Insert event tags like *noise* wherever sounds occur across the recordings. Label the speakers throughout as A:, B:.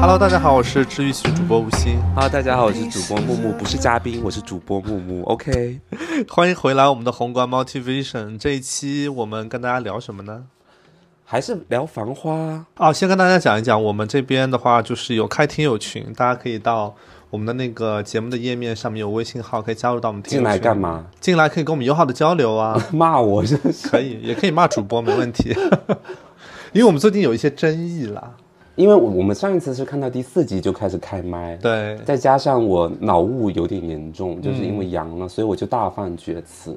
A: Hello，大家好，我是治愈系主播吴昕，
B: 哈，大家好，我是主播木木，不是嘉宾，我是主播木木。OK，
A: 欢迎回来我们的宏观 Motivation。这一期我们跟大家聊什么呢？
B: 还是聊繁花啊。
A: 哦，先跟大家讲一讲，我们这边的话就是有开听友群，大家可以到我们的那个节目的页面上面有微信号，可以加入到我们听
B: 进
A: 友群。
B: 来干？嘛？
A: 进来可以跟我们友好的交流啊，
B: *laughs* 骂我是不是？
A: 可以，也可以骂主播，没问题。 *laughs* 因为我们最近有一些争议啦，
B: *laughs* 因为我我们上一次是看到第四集就开始开麦，
A: 对，
B: 再加上我脑雾有点严重，就是因为阳了，所以我就大放厥词。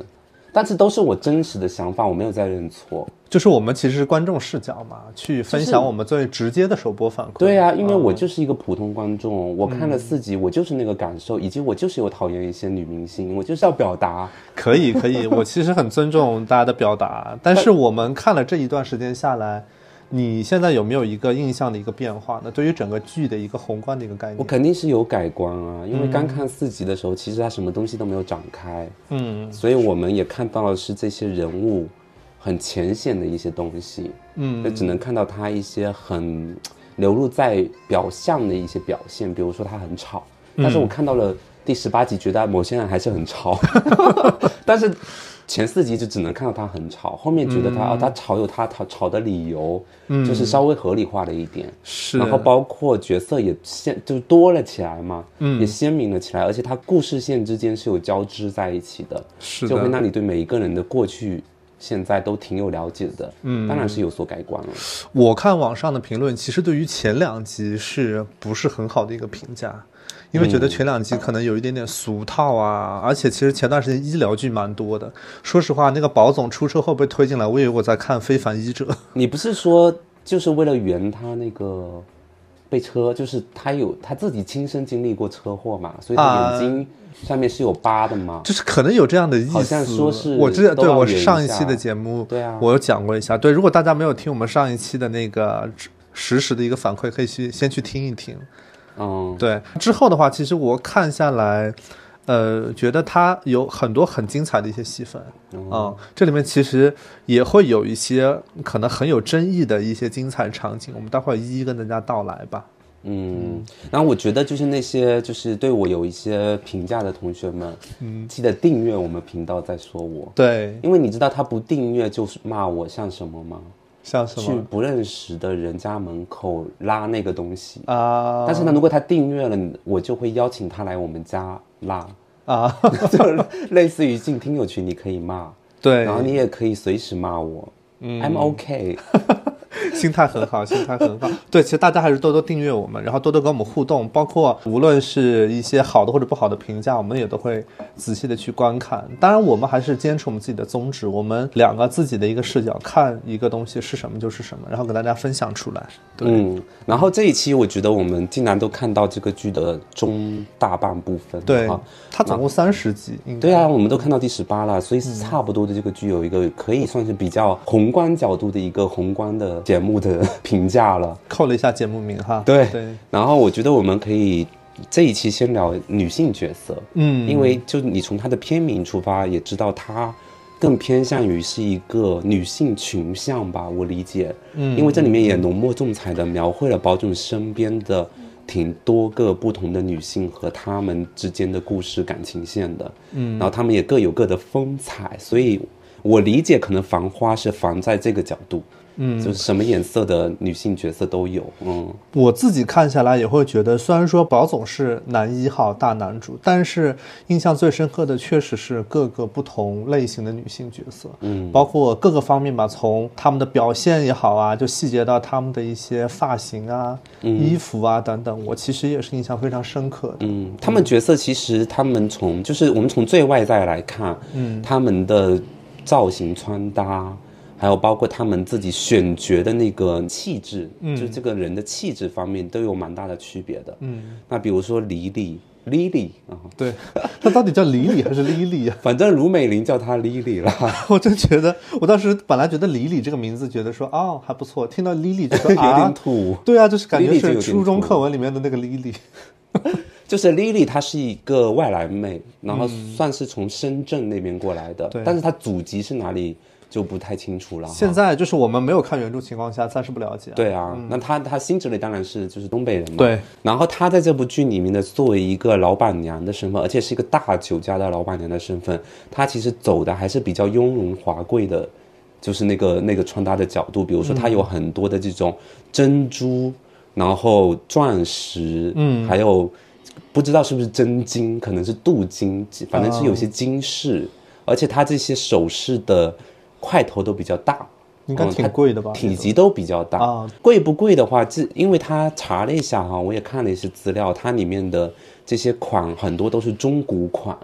B: 但是都是我真实的想法，我没有在认错。
A: 就是我们其实是观众视角嘛，去分享我们最直接的首播反馈。
B: 对啊嗯呀、因为我就是一个普通观众，我看了四集，我就是那个感受，以及我就是有讨厌一些女明星，我就是要表达。
A: 可以可以，我其实很尊重大家的表达，但是我们看了这一段时间下来，你现在有没有一个印象的一个变化呢？对于整个剧的一个宏观的一个概
B: 我
A: 念，
B: 肯定是有改观啊，因为刚看四集的时候，其实它什么东西都没有展开，
A: 嗯
B: 所以我们也看到的是这些人物很浅显的一些东西，
A: 嗯，
B: 就只能看到他一些很流露在表象的一些表现，比如说他很吵，
A: 嗯
B: 但是我看到了第十八集，觉得某些人还是
A: *laughs*
B: 很吵，但是前四集就只能看到他很吵，后面觉得
A: 嗯
B: 他、啊他吵有他吵吵的理由，就是稍微合理化了一点。
A: 是，
B: 然后包括角色也鲜就多了起来嘛，
A: 嗯
B: 也鲜明了起来，而且它故事线之间是有交织在一起的，
A: 是
B: 就会
A: 的，
B: 让你对每一个人的过去、现在都挺有了解的，嗯，当然是有所改观了。
A: 我看网上的评论，其实对于前两集是不是很好的一个评价？因为觉
B: 嗯
A: 得前两集可能有一点点俗套啊，而且其实前段时间医疗剧蛮多的。说实话，那个宝总出车祸被推进来，我以为我在看《非凡医者》。
B: 你不是说就是为了圆他那个被车，就是他有他自己亲身经历过车祸嘛，所以他
A: 啊
B: 眼睛上面是有疤的嘛？
A: 就是可能有这样的意思，
B: 好像说是
A: 我知道，
B: 都
A: 对
B: 要
A: 我
B: 圆一
A: 上一期
B: 下
A: 的节目，
B: 对啊
A: 我有讲过一下。对，如果大家没有听我们上一期的那个实时的一个反馈，可以去先去听一听。
B: 嗯，
A: 对，之后的话，其实我看下来，呃，觉得它有很多很精彩的一些戏份
B: 嗯
A: 啊、这里面其实也会有一些可能很有争议的一些精彩场景，我们待会儿一一跟大家道来吧。
B: 嗯，然后我觉得就是那些就是对我有一些评价的同学们，嗯，记得订阅我们频道再说我，
A: 对，
B: 因为你知道他不订阅就是骂我像什么吗？
A: 像什
B: 去
A: 么
B: 不认识的人家门口拉那个东西，
A: 啊
B: 但是呢，如果他订阅了，我就会邀请他来我们家拉，
A: 啊，
B: *laughs* 就是类似于进听友群，你可以骂，
A: 对，
B: 然后你也可以随时骂我。嗯，I'm OK。
A: 心态很好， *laughs* 心态很好。对，其实大家还是多多订阅我们，然后多多跟我们互动，包括无论是一些好的或者不好的评价，我们也都会仔细的去观看。当然，我们还是坚持我们自己的宗旨，我们两个自己的一个视角看一个东西是什么就是什么，然后给大家分享出来。对，
B: 嗯，然后这一期我觉得我们竟然都看到这个剧的中大半部分。
A: 对
B: 啊，
A: 它总共三十集，应该
B: 对啊，我们都看到第十八了，所以差不多的这个剧有一个可以算是比较宏观角度的一个宏观的节目的 *laughs* 评价了。
A: 扣了一下节目名哈。
B: 对
A: 对，
B: 然后我觉得我们可以这一期先聊女性角色，
A: 嗯，
B: 因为就你从她的片名出发，也知道她更偏向于是一个女性群像吧，我理解。嗯，因为这里面也浓墨重彩的描绘了宝冢身边的挺多个不同的女性和她们之间的故事感情线的。嗯，然后她们也各有各的风采，所以我理解可能《繁花》是防在这个角度。嗯，就是什么颜色的女性角色都有，嗯，
A: 我自己看下来也会觉得，虽然说宝总是男一号大男主，但是印象最深刻的确实是各个不同类型的女性角色，嗯，包括各个方面吧，从他们的表现也好啊，就细节到他们的一些发型啊、衣服啊等等，我其实也是印象非常深刻的。
B: 嗯，他们角色其实他们从就是我们从最外在来看，嗯，他们的造型穿搭，还有包括他们自己选角的那个气质，嗯，就这个人的气质方面都有蛮大的区别的。嗯，那比如说李李李李啊，
A: 对， *laughs* 她到底叫李李还是莉莉啊？ *laughs*
B: 反正卢美玲叫她李李啦，
A: 我真觉得，我当时本来觉得李李这个名字，觉得说哦还不错，听到莉莉就说
B: *laughs* 有点
A: 啊，
B: 土。
A: 对啊，就是感觉
B: 莉莉就有
A: 是
B: 点
A: 初中
B: 土
A: 课文里面的那个莉莉。
B: 就是 Lily，她是一个嗯外来妹，然后算是从深圳那边过来的，
A: 对
B: 但是她祖籍是哪里就不太清楚了哈。
A: 现在就是我们没有看原著情况下，暂时不了解。
B: 对啊，那他他辛芷蕾当然是就是东北人嘛。
A: 嗯对。
B: 然后他在这部剧里面的作为一个老板娘的身份，而且是一个大酒家的老板娘的身份，他其实走的还是比较雍容华贵的，就是那个那个穿搭的角度。比如说，他有很多的这种珍珠，然后钻石，嗯，还有不知道是不是真金，可能是镀金，反正是有些金饰。而且他这些首饰的块头都比较大，
A: 应
B: 嗯
A: 该挺贵的吧？
B: 哦体积都比较大。
A: 啊
B: 贵不贵的话，这因为他查了一下哈，我也看了一些资料，它里面的这些款很多都是中古款，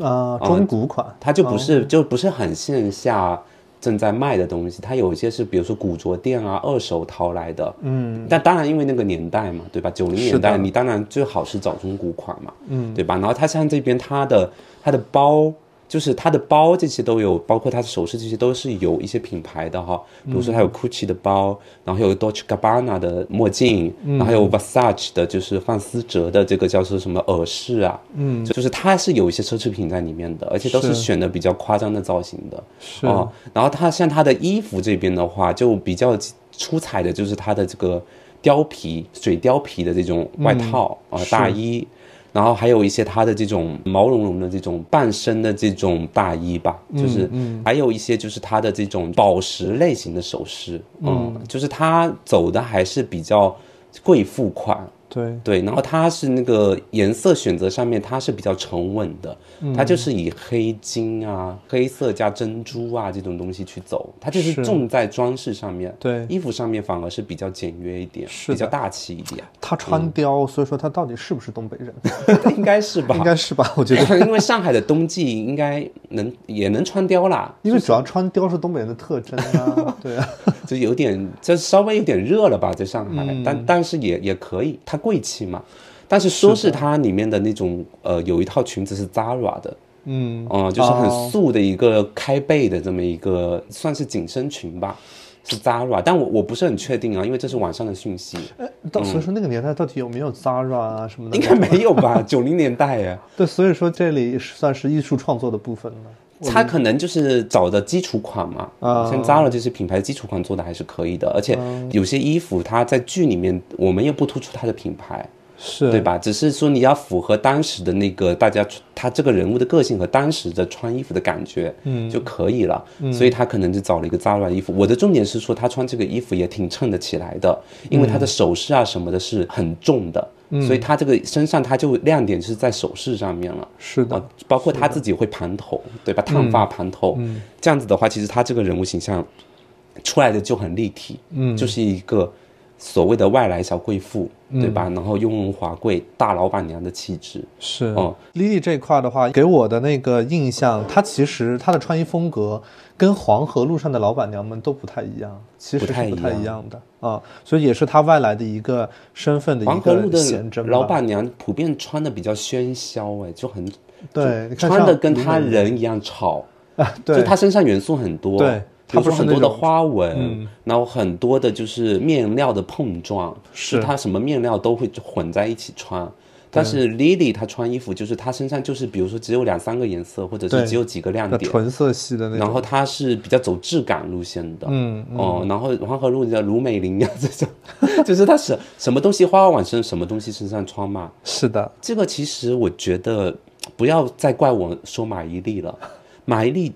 A: 啊，中古款，
B: 哦它就不是、就不是很线下正在卖的东西，它有一些是比如说古着店啊二手淘来的，嗯，但当然因为那个年代嘛，对吧？九零年代你当然最好是找中古款嘛，嗯，对吧？然后它像这边它的它的包。就是它的包这些都有，包括它的首饰这些都是有一些品牌的哈，比如
A: 嗯
B: 说它有 GUCCI 的包，然后有 Dolce Gabbana 的墨镜，然后
A: 嗯
B: 还有 Versace 的，就是范思哲的这个叫做什么耳饰啊，嗯，就是它是有一些奢侈品在里面的，而且都是
A: 是
B: 选的比较夸张的造型的，
A: 是
B: 哦，然后它像它的衣服这边的话，就比较出彩的就是它的这个貂皮、水貂皮的这种外套啊、大衣，然后还有一些它的这种毛茸茸的这种半身的这种大衣吧，就是还有一些就是它的这种宝石类型的首饰，嗯，就是它走的还是比较贵妇款，
A: 对，
B: 对，然后它是那个颜色选择上面，它是比较沉稳的，它就是以黑金啊、黑色加珍珠啊这种东西去走，它就是
A: 是
B: 重在装饰上面，
A: 对
B: 衣服上面反而是比较简约一点，
A: 是
B: 比
A: 的
B: 较大气一点，
A: 他穿貂，所以说他到底是不是东北
B: 嗯
A: 人？
B: 应该是吧？
A: *laughs* 应该是吧？我觉
B: *laughs*
A: 得，
B: 因为上海的冬季应该能也能穿貂啦，
A: 因为主要穿貂是东北人的特征啊。对啊，
B: 就有点，就稍微有点热了吧，在上海，
A: 嗯
B: 但但是也也可以，它贵气嘛。但是说是它里面的那种呃，有一套裙子是 Zara 的，
A: 嗯，
B: *laughs* 嗯，就是很
A: 哦
B: 素的一个开背的这么一个，算是紧身裙吧，是 Zara，但我我不是很确定啊，因为这是网上的讯息，
A: 哎到所以说那个年代到底有没有 Zara 啊什么的
B: 应？该没有吧？九零年代啊呀，
A: 对，所以说这里是算是艺术创作的部分了。
B: 它可能就是找的基础款嘛，
A: 啊
B: 像 Zara 这些品牌基础款做的还是可以的，而且有些衣服它在剧里面我们也不突出它的品牌，
A: 是，
B: 对吧？只是说你要符合当时的那个大家他这个人物的个性和当时的穿衣服的感觉，嗯，就可以了。所以他可能就找了一个 Zara 衣服。我的重点是说，他穿这个衣服也挺衬得起来的，因为他的首饰啊什么的是很重的，所以他这个身上他就亮点是在首饰上面了。
A: 是的嗯
B: 啊，，包括他自己会盘头，对吧？烫发盘头，这样子的话，其实他这个人物形象出来的就很立体，嗯，就是一个所谓的外来小贵妇，
A: 嗯
B: 对吧？然后雍容华贵、大老板娘的气质，
A: 是
B: 哦
A: Lily 这一块的话，给我的那个印象，她其实她的穿衣风格跟黄河路上的老板娘们都不太一样，其实
B: 不
A: 是
B: 太
A: 不
B: 一
A: 太
B: 样
A: 一样的啊、所以也是她外来的一个身份的
B: 黄
A: 一
B: 河路
A: 个
B: 的
A: 显征吧。
B: 老板娘普遍穿的比较喧嚣、哎，就很
A: 对，你看
B: 穿的
A: 像
B: 跟
A: 李
B: 她
A: 美
B: 人一样吵，
A: 啊，
B: 就
A: 对，
B: 她身上元素很多，
A: 对
B: 比
A: 她
B: 如
A: 不
B: 说
A: 是
B: 很
A: 那
B: 多的
A: 种嗯
B: 花纹，然后很多的就是面料的碰撞，
A: 是
B: 就她什么面料都会混在一起穿。但是 Lily 她穿衣服就是她身上就是比如说只有两三个颜色，或者是
A: 对
B: 只有几个亮
A: 那
B: 点，
A: 纯色系的那
B: 然
A: 种，
B: 后它是比较走质感路线的，
A: 嗯，
B: 哦，然后黄河路的卢美玲啊这种， *laughs* 就是她什什么东西花花往身什么东西身上穿嘛，
A: 是的，
B: 这个其实我觉得不要再怪我说马伊琍了，马伊琍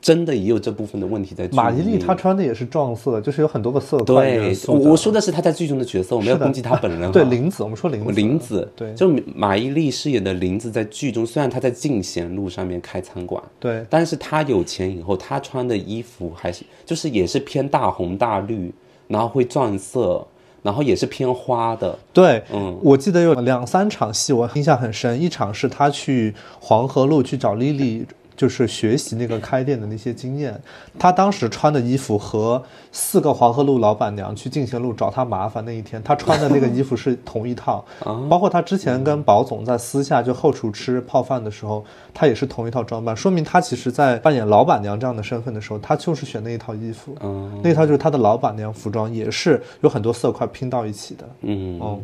B: 真的也有这部分的问题在剧里面。
A: 马伊琍她穿的也是撞色，就是有很多个色块元
B: 对，我
A: 素的
B: 我说的是她在剧中的角色，我没有攻击她本
A: *laughs*
B: 人啊。
A: 对林子，我们说林子，
B: 林子，
A: 对
B: 就马伊琍饰演的林子在剧中，虽然她在进贤路上面开餐馆，
A: 对，
B: 但是她有钱以后，她穿的衣服还是就是也是偏大红大绿，然后会撞色，然后也是偏花的，
A: 对，嗯，我记得有两三场戏我印象很深，一场是他去黄河路去找 Lily，就是学习那个开店的那些经验。他当时穿的衣服和四个黄河路老板娘去进贤路找他麻烦那一天，他穿的那个衣服是同一套，
B: 啊
A: 包括他之前跟宝总在私下就后厨吃泡饭的时候，他也是同一套装扮，说明他其实在扮演老板娘这样的身份的时候，他就是选那一套衣服，
B: 嗯
A: 那一套就是他的老板娘服装，也是有很多色块拼到一起的。
B: 嗯。
A: 哦，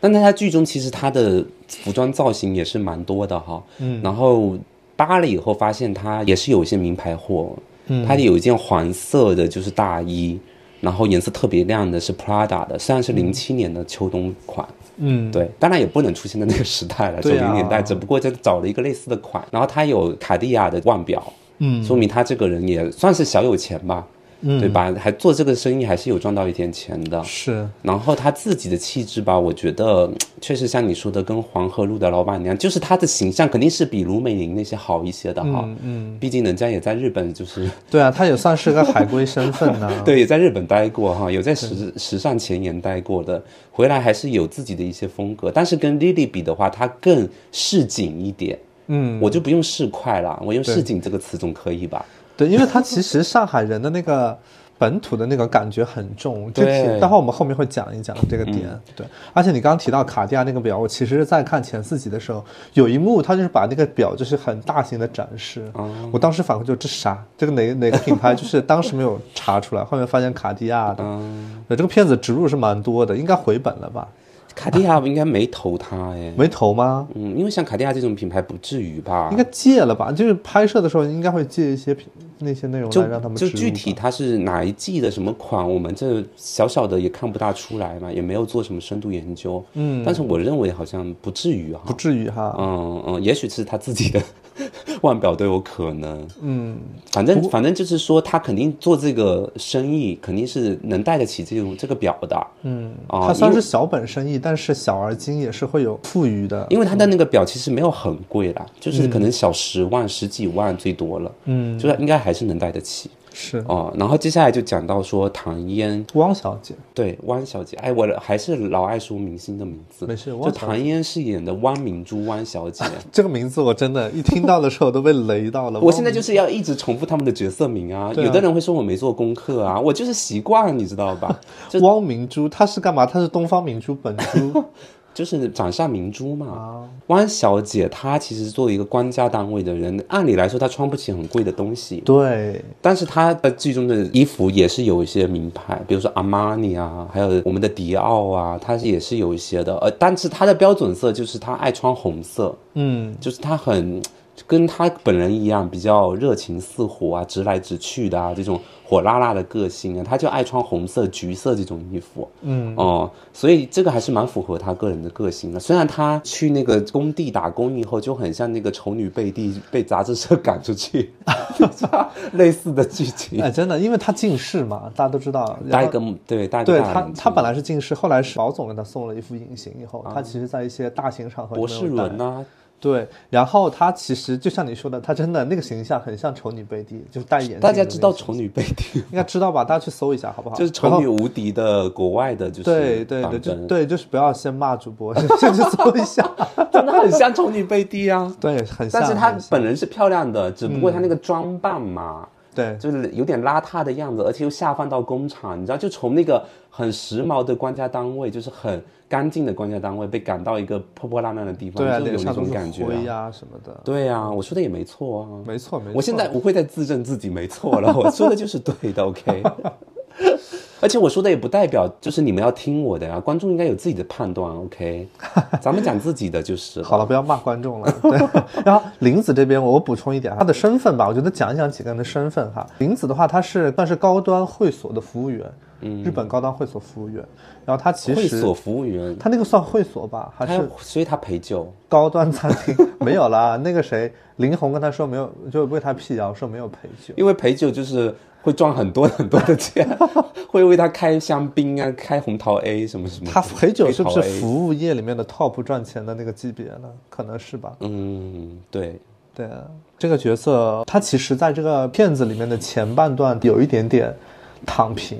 B: 但在他剧中，其实他的服装造型也是蛮多的哈。嗯，然后扒了以后发现他也是有一些名牌货，
A: 嗯
B: 他有一件黄色的，就是大衣，然后颜色特别亮的是 Prada 的，虽然是零七年的秋冬款，
A: 嗯，
B: 对，当然也不能出现在那个时代了，九
A: 对
B: 零、
A: 啊
B: 年代，只不过就找了一个类似的款，然后他有卡地亚的腕表，
A: 嗯
B: 说明他这个人也算是小有钱吧，
A: 嗯
B: 对吧？还做这个生意还是有赚到一点钱的，
A: 是，
B: 然后他自己的气质吧，我觉得嗯确实像你说的，跟黄河路的老板娘，就是她的形象肯定是比卢美玲那些好一些的哈。
A: 嗯嗯，
B: 毕竟人家也在日本，就是
A: 对啊，他也算是个海归身份呢、
B: *laughs* 对，也在日本待过哈，有在时时尚前沿待过的，回来还是有自己的一些风格。但是跟 Lily 比的话，她更市井一点，
A: 嗯，
B: 我就不用市侩啦，我用
A: 对
B: 市井这个词总可以吧？
A: 对，因为他其实上海人的那个本土的那个感觉很重，这
B: 对嗯
A: 题待会我们后面会讲一讲这个点。对，而且你刚刚提到卡地亚那个表，我其实在看前四集的时候，有一幕他就是把那个表就是很大型的展示，
B: 哦
A: 我当时反馈就这啥，这个哪哪个品牌，就是当时没有查出来，后面发现卡地亚的。
B: 哦
A: 对，这个片子植入是蛮多的，应该回本了吧？
B: 卡地亚应该没投她哎，
A: 没投吗？
B: 嗯，因为像卡地亚这种品牌不至于吧？
A: 应该借了吧？就是拍摄的时候应该会借一些品那些内容
B: 就
A: 来让他们
B: 就
A: 植入
B: 具
A: 吧
B: 体它是哪一季的什么款，我们这小小的也看不大出来嘛，也没有做什么深度研究。嗯，但是我认为好像不至于
A: 不
B: 哈。
A: 至于哈。
B: 嗯嗯，也许是他自己的 *laughs* 腕表都有可能。嗯，反正反正就是说，他肯定做这个生意，肯定是能带得起这种这个表的。嗯啊，
A: 它虽然是小本生意，但是小而精也是会有富余的。
B: 因为他的那个表其实没有很贵啦，就是可能小十万、十几万最多了。
A: 嗯，
B: 就是应该还是能带得起。
A: 是
B: 哦，然后接下来就讲到说唐嫣，
A: 汪小姐，
B: 对汪小姐，哎，我还是老爱说明星的名字，
A: 没事
B: 就
A: 汪小姐
B: 唐嫣饰演的汪明珠汪
A: *laughs*
B: 小姐，
A: 这个名字我真的，一听到的时候都被雷到 *laughs* 了。
B: 我现在就是要一直重复他们的角色名啊，
A: 对啊
B: 有的人会说我没做功课啊，我就是习惯，你知道
A: *laughs*
B: 吧？
A: 汪汪明珠，她是干嘛？她是东方明珠本 *laughs* 珠。
B: 就是掌上明珠
A: 啊
B: 嘛。汪小姐她其实作为一个官家单位的人，按理来说她穿不起很贵的东西，
A: 对，
B: 但是她的剧中的衣服也是有一些名牌，比如说阿玛尼啊，还有我们的迪奥啊，它也是有一些的。呃，但是她的标准色就是她爱穿红色，
A: 嗯，
B: 就是她很跟她本人一样，比较热情似火啊，直来直去的啊，这种火辣辣的个性啊，她就爱穿红色、橘色这种衣服。嗯，哦、所以这个还是蛮符合她个人的个性的。虽然她去那个工地打工以后，就很像那个丑女贝蒂被杂志社赶出去， *laughs* 类似的剧情。
A: 哎，真的，因为她近视嘛，大家都知道。
B: 戴
A: 然
B: 一
A: 后
B: 个对戴一个
A: 对
B: 大
A: 她
B: 眼，镜
A: 她本来是近视，后来是保总给她送了一副隐形以后，她其实在一些大型场合
B: 博
A: 就
B: 士
A: 没有戴
B: 伦啊，
A: 对，然后她其实就像你说的，她真的那个形象很像丑女贝蒂，就是戴眼镜。
B: 大家知道，丑女贝蒂。
A: 应该知道吧？大家去搜一下好不好？
B: 就是
A: 然后
B: 丑女无敌的国外的，就是
A: 对对对，
B: 版
A: 就
B: 本
A: 对，就是不要先骂主播，先去搜一下。 *laughs*
B: 真的很像丑女贝蒂啊。
A: 对，很像。
B: 但是她
A: 很像嗯
B: 本人是漂亮的，只不过她那个装扮嘛，
A: 对
B: 就是有点邋遢的样子，而且又下放到工厂，你知道，就从那个很时髦的官家单位，就是很干净的官家单位，被赶到一个破破烂烂的地方，
A: 对啊，
B: 就
A: 脸
B: 有一
A: 上都
B: 种
A: 是
B: 感觉、
A: 灰
B: 啊。
A: 呀什么的。
B: 对啊，我说的也没错啊。
A: 没错没错。
B: 我现在不会再自证自己没错了， *laughs* 我说的就是对的，OK。而且我说的也不代表就是你们要听我的呀、观众应该有自己的判断，OK。咱们讲自己的就是了。
A: 好了，不要骂观众了。 *laughs* 对，然后林子这边我我补充一点啊，她的身份吧，我觉得讲一讲几个人的身份哈。林子的话，她是算是高端会所的服务员，日本高端会所服务员。然后她其
B: 嗯会
A: 实
B: 所服务员，
A: 她那个算会所吧，还
B: 他
A: 是
B: 所以他陪酒，
A: 高端餐厅？没有啦，那个谁林红跟她说没有，就为她辟谣说没有陪酒。
B: 因为陪酒就是会赚很多很多的钱， *laughs* 会为他开香槟啊，开红桃 A 什么什么。
A: 他陪酒是不是
B: 黑桃 A
A: 服务业里面的 top 赚钱的那个级别呢？可能是吧。
B: 嗯，对，
A: 对啊，这个角色他其实在这个片子里面的前半段有一点点躺平。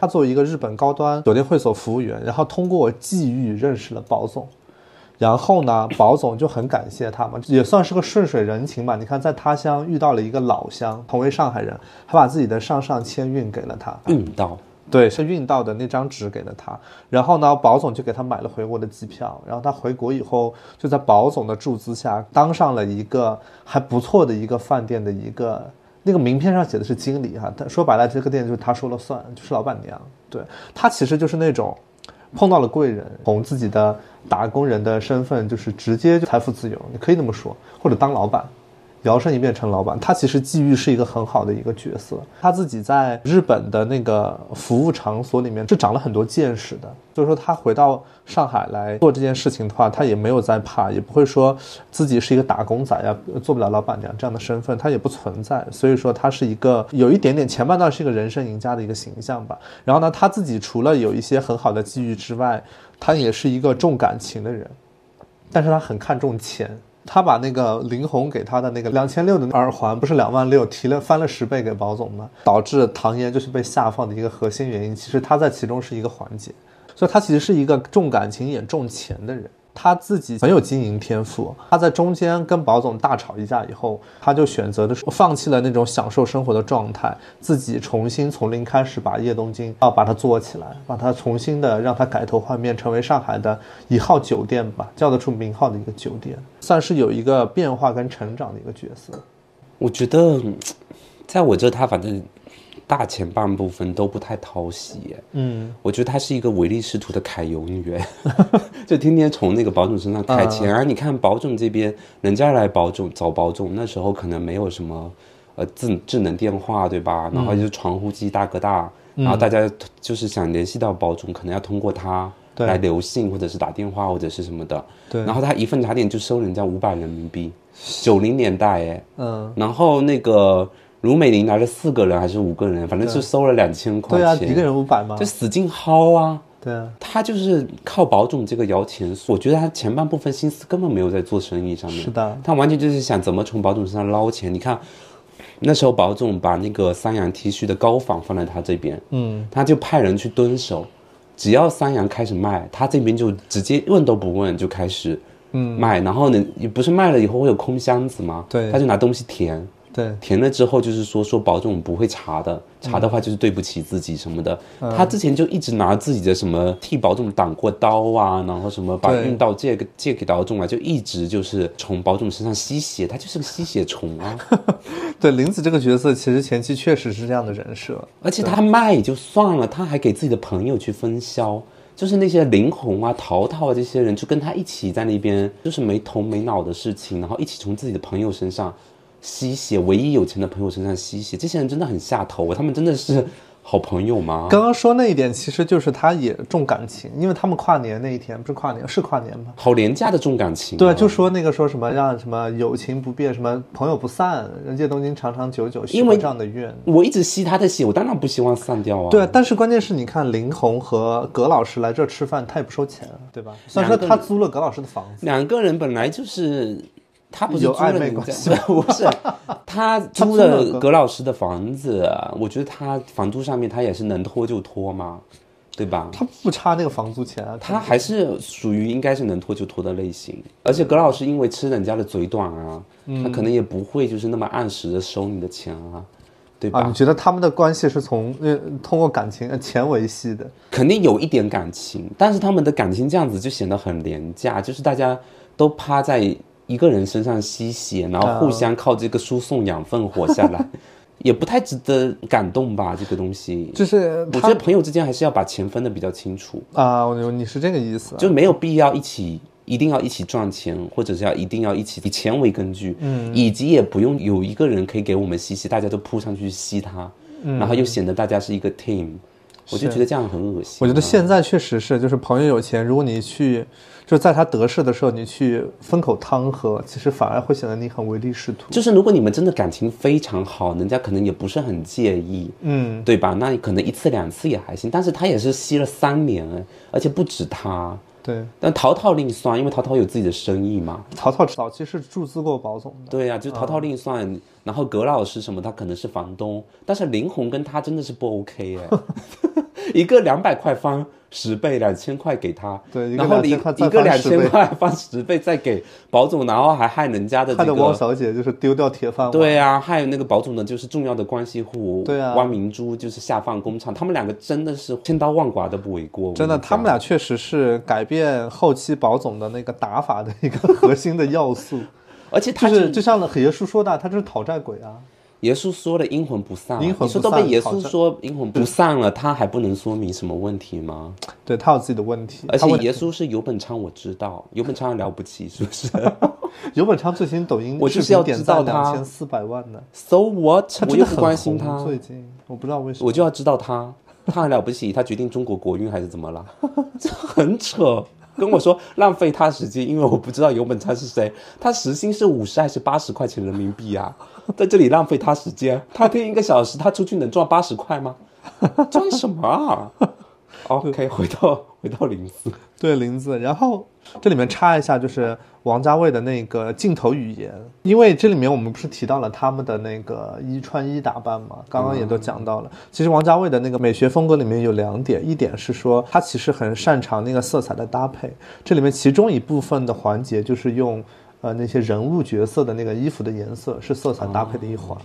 A: 他作为一个日本高端酒店会所服务员，然后通过际遇认识了保总，然后呢，保总就很感谢他嘛，也算是个顺水人情吧。你看，在他乡遇到了一个老乡，同为上海人，还把自己的上上签运给了他。
B: 运到
A: 对，是运到的那张纸给了他，然后呢，保总就给他买了回国的机票，然后他回国以后，就在保总的注资下，当上了一个还不错的一个饭店的一个那个名片上写的是经理哈、但说白了，这个店就是他说了算，就是老板娘。对他其实就是那种碰到了贵人，从自己的打工人的身份，就是直接就财富自由，你可以那么说，或者当老板。摇身一变成老板，他其实际遇是一个很好的一个角色。他自己在日本的那个服务场所里面是长了很多见识的，所以说他回到上海来做这件事情的话，他也没有在怕，也不会说自己是一个打工仔呀，做不了老板娘这样的身份，他也不存在。所以说他是一个有一点点前半段是一个人生赢家的一个形象吧。然后呢，他自己除了有一些很好的际遇之外，他也是一个重感情的人，但是他很看重钱。他把那个林红给他的那个两千六的耳环，不是两万六，提了翻了十倍给保总吗？导致唐嫣就是被下放的一个核心原因。其实他在其中是一个环节，所以他其实是一个重感情也重钱的人。他自己很有经营天赋，他在中间跟保总大吵一架以后，他就选择的放弃了那种享受生活的状态，自己重新从零开始把叶东京啊把它做起来，把它重新的让它改头换面，成为上海的一号酒店吧，叫得出名号的一个酒店，算是有一个变化跟成长的一个角色。
B: 我觉得，在我这他反正。大前半部分都不太讨喜耶，
A: 嗯，
B: 我觉得她是一个唯利是图的揩油女， *laughs* 就天天从那个保总身上揩
A: 啊
B: 钱。而、你看保总这边，人家来保总找保总，那时候可能没有什么呃智智能电话，对
A: 嗯
B: 吧？然后就是传呼机大哥大，然后大家就是想联系到保总，可能要通过他
A: 对
B: 来留信或者是打电话或者是什么的。
A: 对
B: 然后他一份茶点就收人家五百人民币，九零年代哎，
A: 嗯，
B: 然后那个卢美玲来了四个人还是五个人，反正是收了两千块
A: 对啊，
B: 钱，
A: 一个人五百嘛
B: 就，使劲薅啊。
A: 对啊，
B: 他就是靠保总这个摇钱树，我觉得他前半部分心思根本没有在做生意上面，
A: 是的
B: 他完全就是想怎么从保总身上捞钱。你看，那时候保总把那个三洋 T 恤的高仿放在他这边，
A: 嗯，
B: 他就派人去蹲守，只要三洋开始卖，他这边就直接问都不问就开始，
A: 嗯，
B: 卖。然后呢，也不是卖了以后会有空箱子吗？
A: 对
B: 他就拿东西填，
A: 对，
B: 填了之后就是说说保总不会查的，查的话就是对不起自己什么的。他之前就一直拿自己的什么替保总挡过刀啊，然后什么把
A: 对
B: 运道借给借给保总啊，就一直就是从保总身上吸血，他就是个吸血虫啊。
A: *laughs* 对，林子这个角色其实前期确实是这样的人设，
B: 而且他卖也就算了，他还给自己的朋友去分销，就是那些林红啊、淘淘啊这些人，就跟他一起在那边，就是没头没脑的事情，然后一起从自己的朋友身上吸血，唯一有钱的朋友身上吸血，这些人真的很下头，啊他们真的是好朋友吗？
A: 刚刚说那一点，其实就是他也重感情，因为他们跨年那一天不是跨年，是跨年吗？
B: 好廉价的重感情、啊
A: 对，就说那个说什么让什么友情不变，什么朋友不散，人界东京长长久久，许
B: 因
A: 过
B: 为
A: 这样的愿。
B: 我一直吸他的血，我当然不希望散掉啊。
A: 对，但是关键是你看林红和葛老师来这吃饭，他也不收钱，对吧？虽然说他租了葛老师的房子，
B: 两个人本来就是，他不是
A: 有
B: 租了
A: 暧昧
B: 你
A: 关
B: 家
A: 系
B: 不
A: *laughs*
B: 是，他租
A: 他租
B: 了
A: 了
B: 葛老师的房子，我觉得他房租上面他也是能拖就拖嘛，对吧？
A: 他不差那个房租钱啊。
B: 他还是属于应该是能拖就拖的类型，而且葛老师因为吃人家的嘴短啊，
A: 嗯
B: 他可能也不会就是那么按时的收你的钱啊，对吧？
A: 啊，你觉得他们的关系是从呃通过感情呃钱维系的？
B: 肯定有一点感情，但是他们的感情这样子就显得很廉价，就是大家都趴在一个人身上吸血，然后互相靠这个输送养分活下
A: *laughs*
B: 来，也不太值得感动吧？这个东西，
A: 就是
B: 我觉得朋友之间还是要把钱分的比较清楚，
A: 啊，我你是这个意思啊？
B: 就没有必要一起。一定要一起赚钱，或者是要一定要一起以钱为根据，嗯，以及也不用有一个人可以给我们吸血，大家都扑上去吸他，
A: 嗯
B: 然后又显得大家是一个 team，我就觉得这样很恶心啊、
A: 我觉得现在确实是，就是朋友有钱，如果你去，就在他得势的时候，你去分口汤喝，其实反而会显得你很唯利是图。
B: 就是如果你们真的感情非常好，人家可能也不是很介意，
A: 嗯，
B: 对吧？那可能一次两次也还行，但是他也是吸了三年，而且不止他。
A: 对。
B: 但淘淘另算，因为淘淘有自己的生意嘛。
A: 曹操早期是注资过保总的，
B: 对呀、就淘淘另算，然后葛老师什么，他可能是房东，但是林红跟他真的是不 OK 哎、 *laughs* 一个两百块翻十倍，两千块给他，
A: 对一个
B: 然后
A: 2000
B: 你
A: 块再
B: 一个
A: 翻
B: 两
A: 10倍
B: 千块翻十倍再给保总，然后还害人家的这
A: 害得
B: 个
A: 汪小姐就是丢掉铁饭碗。
B: 对啊，还有那个保总呢，就是重要的关系户，
A: 对啊
B: 汪明珠就是下放工厂，他们两个真的是千刀万剐都不为过。
A: 真的，
B: 我跟你
A: 他们俩确实是改变后期保总的那个 *laughs* 打法的一个核心的要素。
B: 讲，而且
A: 就
B: 他
A: 是
B: 是
A: 就像何爷叔说的，他就是讨债鬼啊。
B: 耶稣说的阴魂不散啊，
A: 阴魂
B: 你说
A: 不
B: 都
A: 散
B: 被耶
A: 好
B: 稣
A: 像
B: 说阴魂不散了，他还不能说明什么问题吗？
A: 对他有自己的问题，
B: 而且
A: 他问
B: 耶稣是有本昌，我知道有本昌了不起，是 *laughs* 不是
A: 尤本昌最新抖音
B: 我就是
A: 视频
B: 要
A: 点
B: 知
A: 赞
B: 道
A: 两
B: 他
A: 千四百万呢，
B: ？So what？
A: 他
B: 我
A: 真
B: 又
A: 的很
B: 不关心
A: 红
B: 他，
A: 最近我不知道为什么，
B: 我就要知道他，他还了不起，他决定中国国运还是怎么了？ *laughs* 这很扯。跟我说浪费他时间，因为我不知道有本昌是谁，他时薪是五十还是八十块钱人民币啊？在这里浪费他时间，啊他听一个小时，他出去能赚八十块吗？赚什
A: *laughs*
B: 么啊？OK，回到回到林子，
A: 对林子，然后这里面插一下，就是王家卫的那个镜头语言，因为这里面我们不是提到了他们的那个衣穿衣打扮嘛，刚刚也都讲到了。其实王家卫的那个美学风格里面有两点，一点是说他其实很擅长那个色彩的搭配，这里面其中一部分的环节就是用呃那些人物角色的那个衣服的颜色是色彩搭配的一环。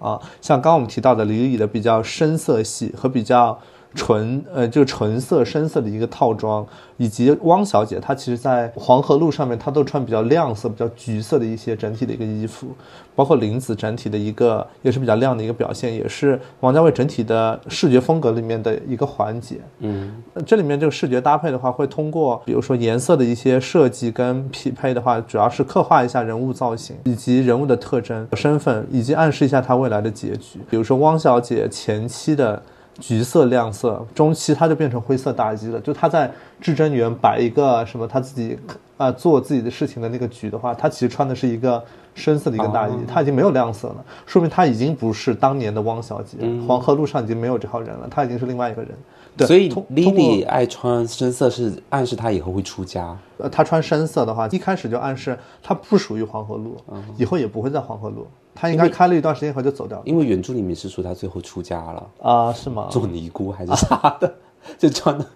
A: 啊，像刚刚我们提到的李李的比较深色系和比较纯呃就纯色深色的一个套装，以及汪小姐她其实，在黄河路上面她都穿比较亮色、比较橘色的一些整体的一个衣服，包括林子整体的一个也是比较亮的一个表现，也是王家卫整体的视觉风格里面的一个环节。
B: 嗯，
A: 呃这里面这个视觉搭配的话，会通过比如说颜色的一些设计跟匹配的话，主要是刻画一下人物造型以及人物的特征、身份，以及暗示一下他未来的结局。比如说汪小姐前期的橘色亮色，中期她就变成灰色大衣了。就她在至真园摆一个什么她自己呃做自己的事情的那个局的话，她其实穿的是一个深色的一个大衣，她已经没有亮色了，说明她已经不是当年的汪小姐，黄河路上已经没有这号人了，她已经是另外一个人。对，
B: 所以
A: 通通过
B: Lily 爱穿深色是暗示她以后会出家。
A: 呃，他穿深色的话，一开始就暗示他不属于黄河路，以后也不会在黄河路。他应该开了一段时间以后就走掉了
B: 因为原著里面是说他最后出家了，
A: 啊、是吗？
B: 做尼姑还是啥的， *laughs* 就
A: *laughs*
B: 穿的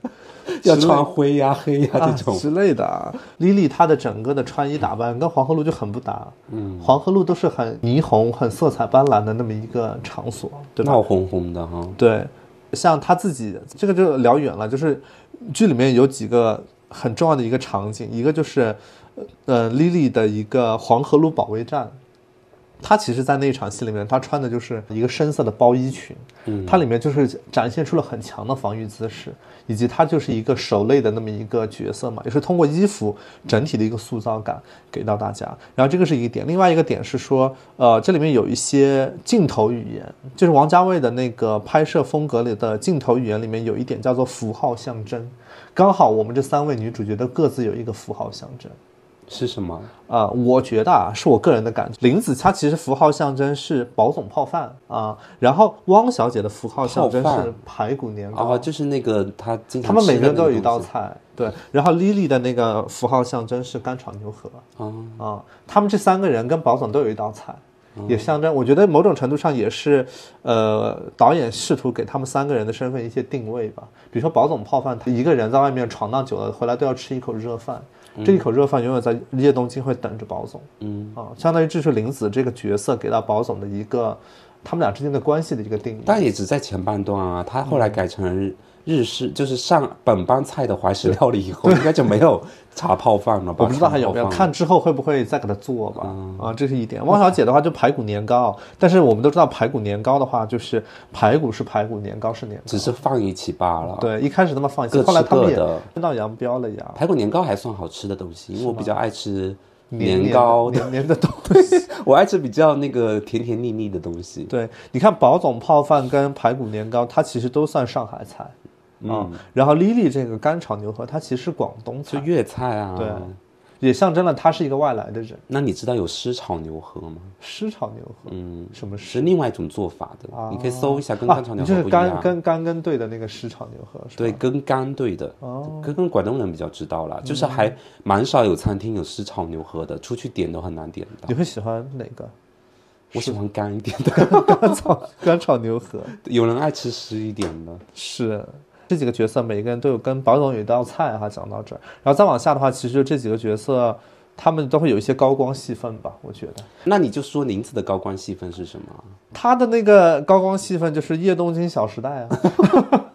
B: 要穿灰呀、黑呀、
A: 啊
B: 这种。
A: 之类的啊。Lily 她的整个的穿衣打扮跟黄河路就很不搭，嗯，黄河路都是很霓虹、很色彩斑斓的那么一个场所，对吧？
B: 闹哄哄的哈，
A: 对，像他自己这个就聊远了，就是剧里面有几个很重要的一个场景，一个就是呃，Lily 的一个黄河路保卫战。她其实，在那一场戏里面，她穿的就是一个深色的包衣裙，嗯，它里面就是展现出了很强的防御姿势，以及她就是一个守擂的那么一个角色嘛，也是通过衣服整体的一个塑造感给到大家。然后这个是一个点，另外一个点是说，呃，这里面有一些镜头语言，就是王家卫的那个拍摄风格里的镜头语言里面有一点叫做符号象征，刚好我们这三位女主角都各自有一个符号象征。
B: 是什么？
A: 啊、我觉得啊，是我个人的感觉。林子她其实符号象征是保总泡饭啊、然后汪小姐的符号象征
B: 泡
A: 是
B: 饭
A: 排骨年糕。
B: 哦，就是那个他经
A: 他
B: 常
A: 们每
B: 吃
A: 个
B: 的
A: 人
B: 那
A: 都有一道
B: 东西
A: 菜，对。然后 Lily 的那个符号象征是干炒牛河
B: 哦
A: 啊、他们这三个人跟宝总都有一道菜，也象征。我觉得某种程度上也是，呃，导演试图给他们三个人的身份一些定位吧。比如说宝总泡饭，他一个人在外面闯荡久了，回来都要吃一口热饭。这一口热饭永远在叶东京会等着宝总，
B: 嗯
A: 啊、相当于这是林子这个角色给到宝总的一个他们俩之间的关系的一个定义。
B: 但也只在前半段啊。他后来改成日式，就是上本帮菜的怀石料理以后，应该就没有茶泡饭了吧？
A: *laughs* 我不知道还有没有
B: 茶泡饭
A: 看之后会不会再给他做吧。
B: 嗯
A: 啊，这是一点。汪小姐的话就排骨年糕，但是我们都知道排骨年糕的话就是排骨是排骨，年糕是年糕。
B: 只是放一起罢了。
A: 对，一开始他们放一起，
B: 各吃
A: 后来他们也
B: 各的
A: 分道扬镳了呀。
B: 排骨年糕还算好吃的东西，因为我比较爱吃
A: 黏
B: 年糕， *laughs*
A: 黏黏的东西。 *laughs*
B: 我爱吃比较那个甜甜腻腻的东西。
A: 对，你看宝总泡饭跟排骨年糕，它其实都算上海菜。
B: 嗯
A: 啊、然后 Lily 这个干炒牛河，它其实是广东
B: 就
A: 菜，
B: 粤菜啊。
A: 对也象征了她是一个外来的人。
B: 那你知道有湿炒牛河吗？
A: 湿炒牛河，
B: 嗯，
A: 什么湿？
B: 是另外一种做法的，你可以搜一下，跟
A: 啊
B: 干炒，
A: 你
B: 牛
A: 就
B: 河
A: 是
B: 不一
A: 干
B: 样。
A: 跟干跟对的那个湿炒牛河，是吧
B: 对，跟干对的，
A: 哦
B: 跟跟广东人比较知道
A: 嗯
B: 啦，就是还蛮少有餐厅有湿炒牛河的，出去点都很难点到
A: 你。会喜欢哪个？ *laughs*
B: 我喜欢干一点的， *laughs*
A: 干炒干炒牛河
B: 有人爱吃湿一点的。
A: 是这几个角色，每个人都有跟宝总有一道菜哈。讲到这儿，然后再往下的话，其实就这几个角色，他们都会有一些高光戏份吧，我觉得。
B: 那你就说林子的高光戏份是什么？
A: 他的那个高光戏份就是叶东京《小时代》
B: *laughs*
A: 啊，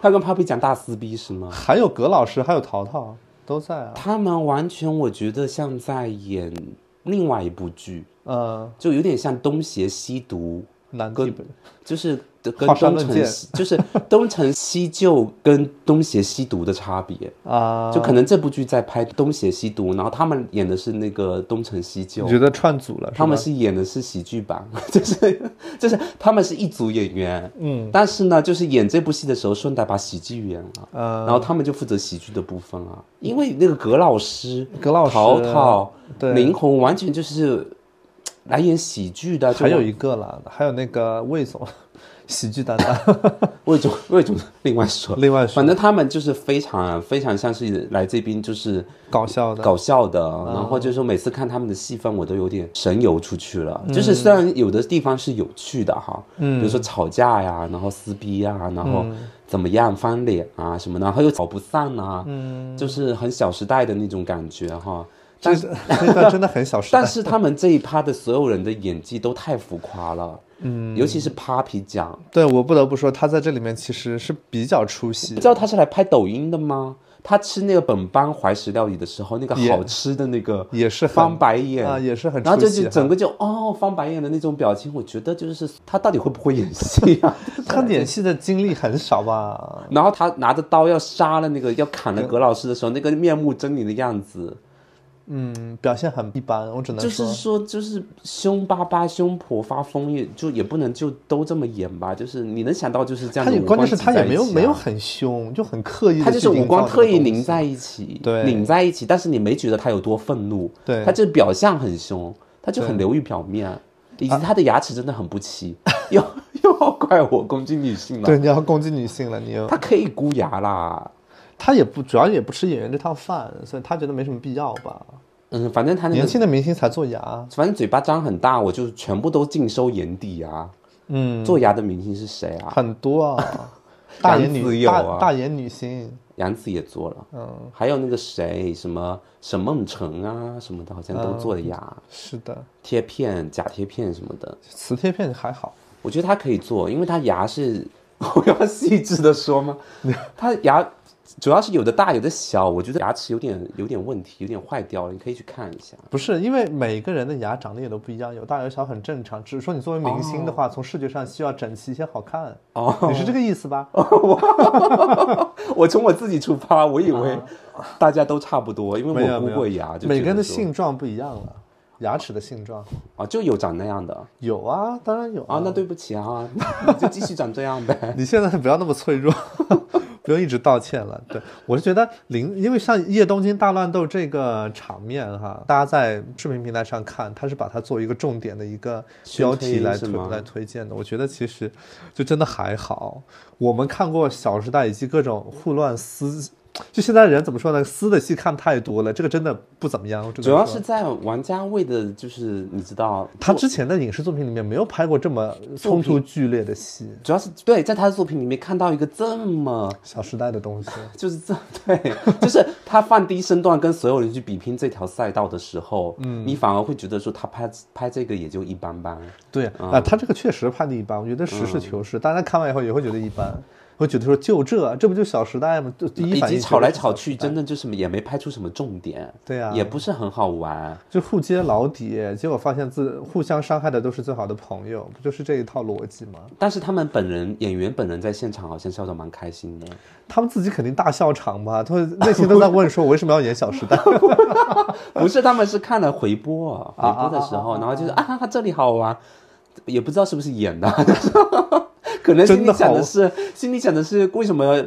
B: 他跟 Papi 讲大撕逼是吗？
A: 还有葛老师，还有淘淘都在啊。
B: 他们完全我觉得像在演另外一部剧，
A: 嗯，
B: 就有点像东邪西毒，
A: 南
B: 跟
A: 帝北
B: 就是跟
A: 好
B: 东
A: 山论
B: 成
A: 剑
B: 西就是东成西就跟东邪西毒的差别。
A: *laughs* 啊，
B: 就可能这部剧在拍东邪西毒，然后他们演的是那个东成西就
A: 你，觉得串组了？
B: 他们
A: 吧
B: 是演的是喜剧版， *laughs* 就是就是他们是一组演员，
A: 嗯
B: 但是呢，就是演这部戏的时候顺带把喜剧演了。然
A: 呃
B: 后他们就负责喜剧的部分啊，因为那个葛老师、
A: 葛老师
B: 淘淘、
A: 对
B: 林红完全就是来演喜剧的，就
A: 还有一个啦，还有那个魏总， *laughs* 喜剧担
B: *laughs*
A: 当，
B: 魏总魏总另外说，
A: 另外是
B: 呃反正他们就是非常非常像是来这边就是
A: 搞笑的，嗯
B: 搞笑的，然后就是说每次看他们的戏份，我都有点神游出去了。
A: 嗯
B: 就是虽然有的地方是有趣的哈，比如说吵架呀，然后撕逼呀，然后
A: 嗯
B: 怎么样翻脸啊什么的，然后又吵不散啊，
A: 嗯
B: 就是很《小时代》的那种感觉哈。
A: *laughs* 但是那段真的很小时代
B: 但是他们这一趴的所有人的演技都太浮夸了，嗯，尤其是 Papi 酱，
A: 对我不得不说，他在这里面其实是比较出戏
B: 不，知道他是来拍抖音的吗？他吃那个本帮怀石料理的时候，那个
A: 也
B: 好吃的那个
A: 也是很
B: 翻白眼
A: 啊，也是很
B: 然后
A: 出
B: 就
A: 戏
B: 就
A: 哈。
B: 整个就哦翻白眼的那种表情，我觉得就是他到底会不会演戏
A: *laughs*
B: 啊？
A: 他演戏的经历很少吧？
B: 然后他拿着刀要杀了那个要砍了葛老师的时候，那个面目狰狞的样子，
A: 嗯，表现很一般，我只能
B: 就
A: 说
B: 是说就是凶巴巴、凶婆发疯，也就也不能就都这么演吧，就是你能想到就是这样
A: 他
B: 的
A: 也
B: 五
A: 关
B: 官
A: 键
B: 挤
A: 是
B: 在一起啊。
A: 他也没有没有很凶，就很刻意。
B: 他就是五官特意拧，在一起，
A: 对
B: 拧在一起，但是你没觉得他有多愤怒，
A: 对
B: 他这表象很凶，他就很流于表面，以
A: 啊
B: 及他的牙齿真的很不齐， *laughs* 又又要怪我攻击女性了，
A: 对，你要攻击女性了，你又
B: 他可以箍牙啦，
A: 他也不主要也不吃演员这趟饭，所以他觉得没什么必要吧。
B: 嗯，反正他那
A: 年
B: 个，啊
A: 轻的明星才做牙，
B: 反正嘴巴张很大，我就全部都尽收眼底啊。
A: 嗯，
B: 做牙的明星是谁啊？
A: 很多
B: *laughs*
A: 啊，大眼
B: 杨紫
A: 女
B: 有
A: 大
B: 啊
A: 大眼女星，
B: 杨紫也做了，嗯，还有那个谁，什么沈梦辰啊什么的，好像
A: 嗯
B: 都做了牙、
A: 是的，
B: 贴片、假贴片什么的。
A: 磁贴片还好，
B: 我觉得他可以做，因为他牙是， *laughs* 我要细致的
A: *laughs*
B: 说吗？他牙主要是有的大，有的小，我觉得牙齿有点有点问题，有点坏掉了，你可以去看一下。
A: 不是因为每个人的牙长得也都不一样，有大有小很正常，只是说你作为明星的话，从视觉上需要整齐一些好看，
B: 哦，
A: 你是这个意思吧？
B: 我从我自己出发，我以为大家都差不多，因
A: 啊没
B: 为
A: 有
B: 我
A: 没
B: 不
A: 有
B: 会牙，就
A: 每个人的
B: 性
A: 性状不一样了，牙齿的性状
B: 啊，就有长那样的
A: 有啊，当然有
B: 啊，那对不起
A: *laughs*
B: 啊，你就继续长这样 *laughs* 呗。
A: 你现在不要那么脆弱， *laughs* 不用一直道歉了。对我是觉得零，因为像《夜东京大乱斗》这个场面哈，大家在视频平台上看，它是把它作为一个重点的一个标题
B: 宣推
A: 来
B: 是
A: 推
B: 吗
A: 来推荐的。我觉得其实就真的还好。我们看过《小时代》以及各种混乱撕，就现在人怎么说呢？撕的戏看太多了，这个真的不怎么样。我只能
B: 主要
A: 说
B: 是在王家卫的，就是你知道，
A: 他之前的影视作品里面没有拍过这么冲突剧烈的戏，《
B: 主要是对，在他的作品里面看到一个这么
A: 小时代》的东西。
B: 就是这 *laughs* 对，就是他放低身段跟所有人去比拼这条赛道的时候，嗯，你反而会觉得说他拍拍这个也就一般般。
A: 对啊、
B: 嗯
A: 他这个确实拍的一般，我觉得实事求是，大家看完以后也会觉得一般，会觉得说就这，这不就《小时代》吗？就第一
B: 以
A: 反应
B: 及
A: 觉得
B: 吵来
A: 是
B: 吵
A: 小时
B: 去，
A: 代
B: 真的就是也没拍出什么重点，
A: 对啊
B: 也不是很好玩。
A: 就互揭老底，结果发现自互相伤害的都是最好的朋友，不就是这一套逻辑吗？
B: 但是他们本人演员本人在现场好像笑得蛮开心的，
A: 他们自己肯定大笑场吧，他们内心都在问说，我为什么要演《小时代》？ *laughs*
B: 不是他们是看了回播，回播的时候，然后就是啊哈哈这里好玩，也不知道是不是演的， *laughs* 可能心
A: 真
B: 里
A: 的
B: 想
A: 好
B: 的是心里想的是为什么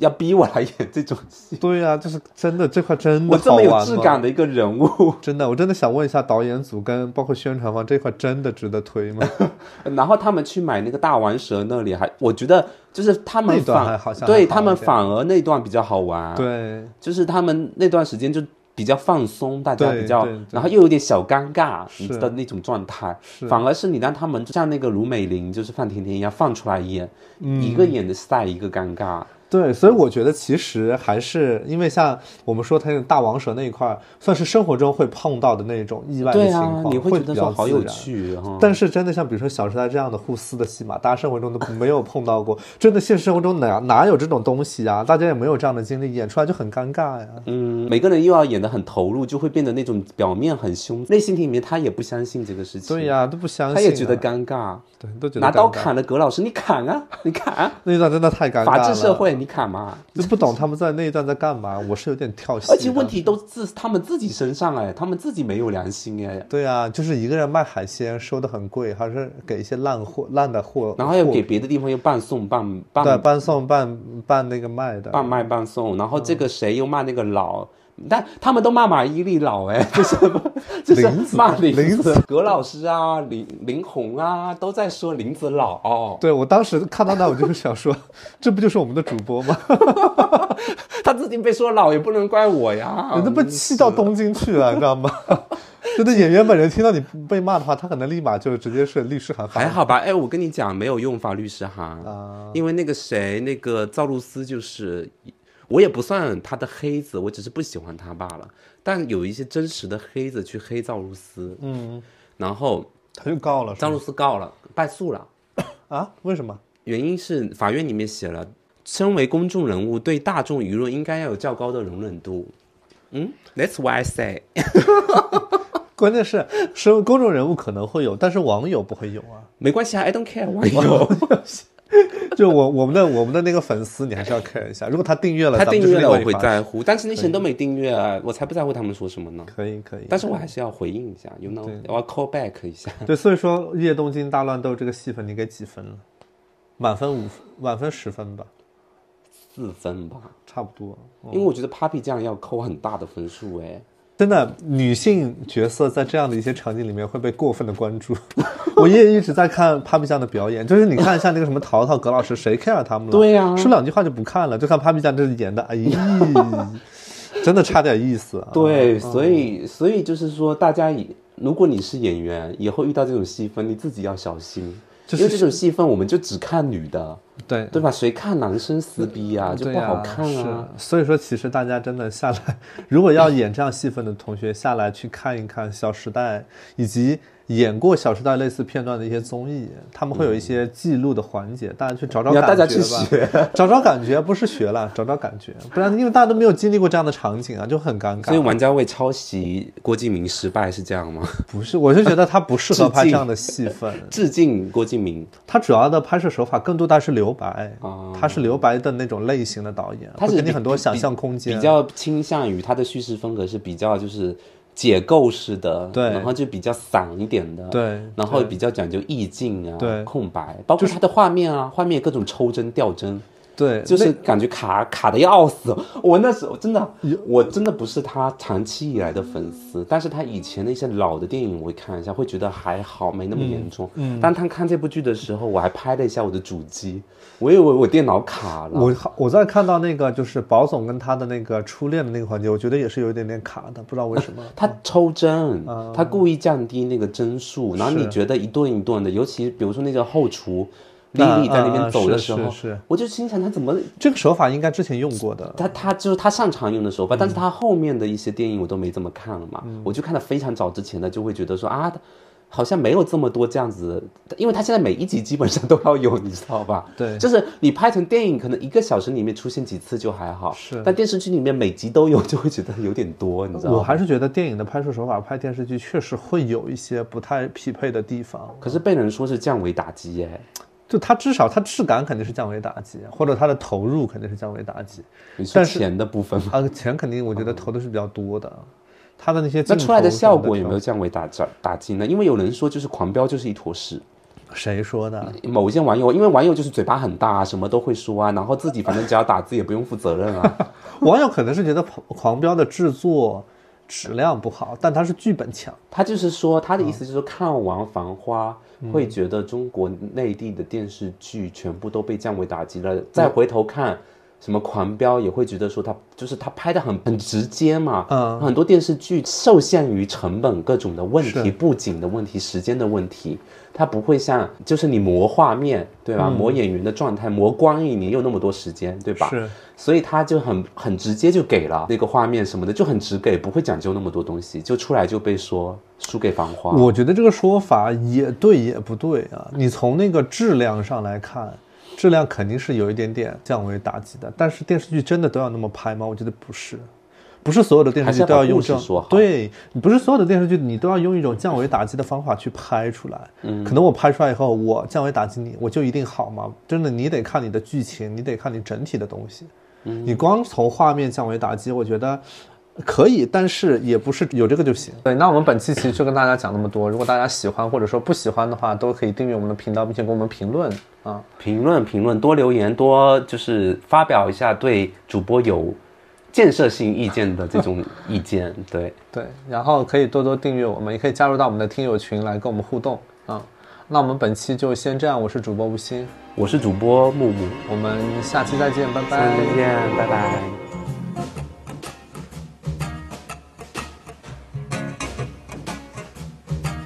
B: 要逼我来演这种戏。
A: 对呀、就是真的这块真的
B: 我这
A: 好
B: 么
A: 玩吗
B: 有质感的一个人物， *laughs*
A: 真的，我真的想问一下导演组跟包括宣传方这块真的值得推吗？
B: 然后他们去买那个大王蛇那里还，我觉得就是他们
A: 那段还
B: 反
A: 好像还
B: 对
A: 好
B: 他们
A: 一点
B: 反而那段比较好玩，，
A: 对，
B: 就是他们那段时间就比较放松，大家
A: 对
B: 比较
A: 对对，
B: 然后又有点小尴尬
A: 是
B: 你知道那种状态，
A: 是
B: 反而是你让他
A: 嗯
B: 们像那个卢美玲就是范甜甜一样放出来演，一个演的赛一个尴尬，
A: 对，所以我觉得其实还是因为像我们说他那种大王蛇那一块，算是生活中会碰到的那种意外的
B: 对
A: 情
B: 啊
A: 况，，
B: 你
A: 会
B: 觉
A: 比
B: 得
A: 较
B: 说好有
A: 自然
B: 趣哦哈。
A: 但是真的像比如说《小时代》这样的互撕的戏码，大家生活中都没有碰到过，真的现实生活中哪哪有这种东西啊？大家也没有这样的经历，演出来就很尴尬呀。
B: 嗯，每个人又要演得很投入，就会变得那种表面很凶，内心里面他也不相信这个事情，
A: 对、呀、都不相信、啊
B: 他也觉得，尴尬，
A: 对，都觉得
B: 拿刀
A: 尴尬
B: 砍了葛老师，你砍啊， *laughs* 你砍啊，
A: 那一段真的太尴尬
B: 法
A: 了，
B: 治社会你砍嘛，
A: 就不懂他们在那一段在干嘛。我是有点跳戏的，
B: 而且问题都自他们自己身上哎，他们自己没有良心哎，
A: 对啊，就是一个人卖海鲜收的很贵，还是给一些烂货烂的货，
B: 然后又
A: 货
B: 给别的地方又半送半半
A: 对半送半半那个卖的，
B: 半卖半送，然后这个谁又骂那个老，但他们都骂马伊琍老
A: *laughs*
B: 哎，就是就是
A: 林子
B: 骂林
A: 林子
B: 葛老师啊，林林红啊，都在说林子老 *laughs* 哦，
A: 对我当时看到那我就是想说， *laughs* 这不就是我们的主播
B: *laughs*
A: 吗？
B: 他自己被说老也不能怪我呀，
A: 人都被气到东京去了，你知道吗？ *laughs* 真的，演员本人听到你被骂的话，他可能立马就直接是律师函发
B: 还好吧？哎，我跟你讲，没有用法律师函，
A: 啊。
B: 因为那个谁，那个赵露思就是，我也不算他的黑子，我只是不喜欢他罢了。但有一些真实的黑子去黑赵露思，
A: 嗯，
B: 然后
A: 他就告了，是
B: 赵
A: 吗
B: 露思告了，败诉了。
A: 啊？为什么？
B: 原因是法院里面写了，身为公众人物，对大众舆论应该要有较高的容忍度。嗯，That's why I say，
A: 关键是，是公众人物可能会有，但是网友不会有啊。
B: 没关系啊，I don't care，网友，
A: *laughs* 就我我们的我们的那个粉丝，你还是要 care 一下。如果他订阅了，
B: 他
A: 咱们
B: 订
A: 就是
B: 阅
A: 另
B: 了
A: 外
B: 我
A: 一
B: 会
A: 方。
B: 在乎，但是那些人都没订阅啊，我才不在乎他们说什么呢。
A: 可以可以。
B: 但是我还是要回应一下，you know，我要 call back 一下。
A: *laughs* 对，所以说《夜东京大乱斗》这个戏份你给几分了？满分五分，满分十分吧，
B: 四分吧，
A: 差不多。
B: 因为我觉得 Papi 这样要扣很大的分数哎。
A: 真的，女性角色在这样的一些场景里面会被过分的关注。 *laughs* 我也一直在看 Papi 酱的表演，就是你看一下那个什么陶陶、葛老师，谁 care 他们了？
B: 对呀
A: 说两句话就不看了，就看 Papi 酱这演的，
B: *laughs*
A: 哎呀，真的差点意思啊！
B: 对，哦所以所以就是说，大家以如果你是演员，以后遇到这种戏份，你自己要小心，
A: 就
B: 因为这种戏份我们就只看女的，
A: 对
B: 对吧？谁看男生撕逼啊，就
A: 对
B: 不
A: 呀
B: 好看啊。
A: 是，所以说其实大家真的下来， *laughs* 如果要演这样戏份的同学下来去看一看《小时代》，以及演过《小时代》类似片段的一些综艺，他们会有一些记录的环节，大家去找找
B: 嗯你要
A: 感觉吧。
B: 大家去学，
A: 找找感觉，不是学了，找找感觉，不然因为大家都没有经历过这样的场景啊，就很尴
B: 所以
A: 尬。
B: 王家卫抄袭郭敬明失败是这样吗？ *laughs*
A: 不是，我就觉得他不适合
B: 致敬
A: 拍这样的戏份。
B: 致敬郭敬明，
A: *laughs* 他主要的拍摄手法更多的是留白，
B: 哦
A: 他是留白的那种类型的导演，
B: 他
A: 会
B: 是
A: 给你
B: 比
A: 很多
B: 比
A: 想象空间。
B: 比较倾向于他的叙事风格是比较就是解构式的，
A: 对
B: 然后就比较散一点的，
A: 对
B: 然后比较讲究意境啊，
A: 对
B: 空白，包括它的画面啊，画面各种抽帧掉帧，
A: 对，
B: 就是感觉卡卡的要死。 *laughs* 我那时候真的，我真的不是他长期以来的粉丝，但是他以前的一些老的电影我会看一下，会觉得还好，没那么严重。嗯，但他看这部剧的时候，我还拍了一下我的主机，我以为我电脑卡了。
A: 我好我在看到那个就是宝总跟他的那个初恋的那个环节，我觉得也是有一点点卡的，不知道为什 *laughs* 么。
B: 他抽帧，
A: 嗯
B: 他故意降低那个帧数，然后你觉得一顿一顿的，尤其比如说那个后厨莉
A: 那
B: 莉在那
A: 啊啊
B: 边走的时
A: 是
B: 候
A: 是是，
B: 我就心想他怎么
A: 这个手法应该之前用过的，
B: 他他就是他擅长用的
A: 嗯
B: 手法，但是他后面的一些电影我都没怎么看了嘛，我就看的非常早之前的，就会觉得说啊，好像没有这么多这样子，因为他现在每一集基本上都要有，你知道吧？
A: 对
B: 就是你拍成电影，可能一个小时里面出现几次就还好，
A: 是
B: 但电视剧里面每集都有，就会觉得有点多，你知道
A: 我
B: 吗？
A: 还是觉得电影的拍摄手法拍电视剧确实会有一些不太匹配的地方。
B: 可是被人说是降维打击耶，
A: 就它至少它质感肯定是降维打击，或者它的投入肯定是降维打击。
B: 你说
A: 但是
B: 钱的部分吗？
A: 啊，钱肯定我觉得投的是比较多的，它的那些
B: 那
A: 镜
B: 出来的
A: 头
B: 效
A: 什么
B: 果有没有降维打击打击呢？因为有人说就是狂飙就是一坨屎，
A: *laughs* 谁说的？
B: 某一些网友，因为网友就是嘴巴很大、啊，什么都会说啊，然后自己反正只要打字也不用负责任啊。
A: *laughs* 网友可能是觉得《狂飙》的制作质量不好，但它是剧本强。
B: 他就是说，他的意思
A: 嗯
B: 就是说看完《繁花》会
A: 嗯
B: 觉得中国内地的电视剧全部都被降维打击了，再回头看。什么狂飙也会觉得说他就是他拍的很很直接嘛，
A: 嗯
B: 很多电视剧受限于成本各种的问
A: 是
B: 题、布景的问题、时间的问题，它不会像就是你磨画面对
A: 嗯
B: 吧，磨演员的状态、磨光影，你有那么多时间对吧？
A: 是
B: 所以他就很很直接就给了那个画面什么的，就很直给，不会讲究那么多东西，就出来就被说输给《繁花》。
A: 我觉得这个说法也对也不对啊。你从那个质量上来看，质量肯定是有一点点降维打击的。但是电视剧真的都要那么拍吗？我觉得不是，不是所有的电视剧都要用这
B: 还是要把故事说
A: 种
B: 好
A: 对，你不是所有的电视剧你都要用一种降维打击的方法去拍出来。可能我拍出来以后，我降维打击你，我就一定好吗？真的，你得看你的剧情，你得看你整体的东西。你光从画面降维打击，我觉得可以，但是也不是有这个就行。对，那我们本期其实就跟大家讲那么多。如果大家喜欢或者说不喜欢的话，都可以订阅我们的频道，并且给我们评论啊。
B: 评论评论，多留言，多就是发表一下对主播有建设性意见的这种意见。对，
A: 对，然后可以多多订阅我们，也可以加入到我们的听友群来跟我们互动啊。那我们本期就先这样，我是主播吴昕，
B: 我是主播木木，
A: 我们下期再见，拜拜。
B: 再见，拜拜。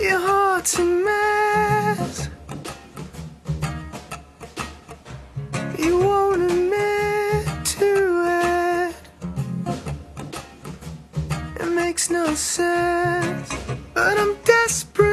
C: your heart's a mess. You won't admit to it. It makes no sense, but I'm desperate.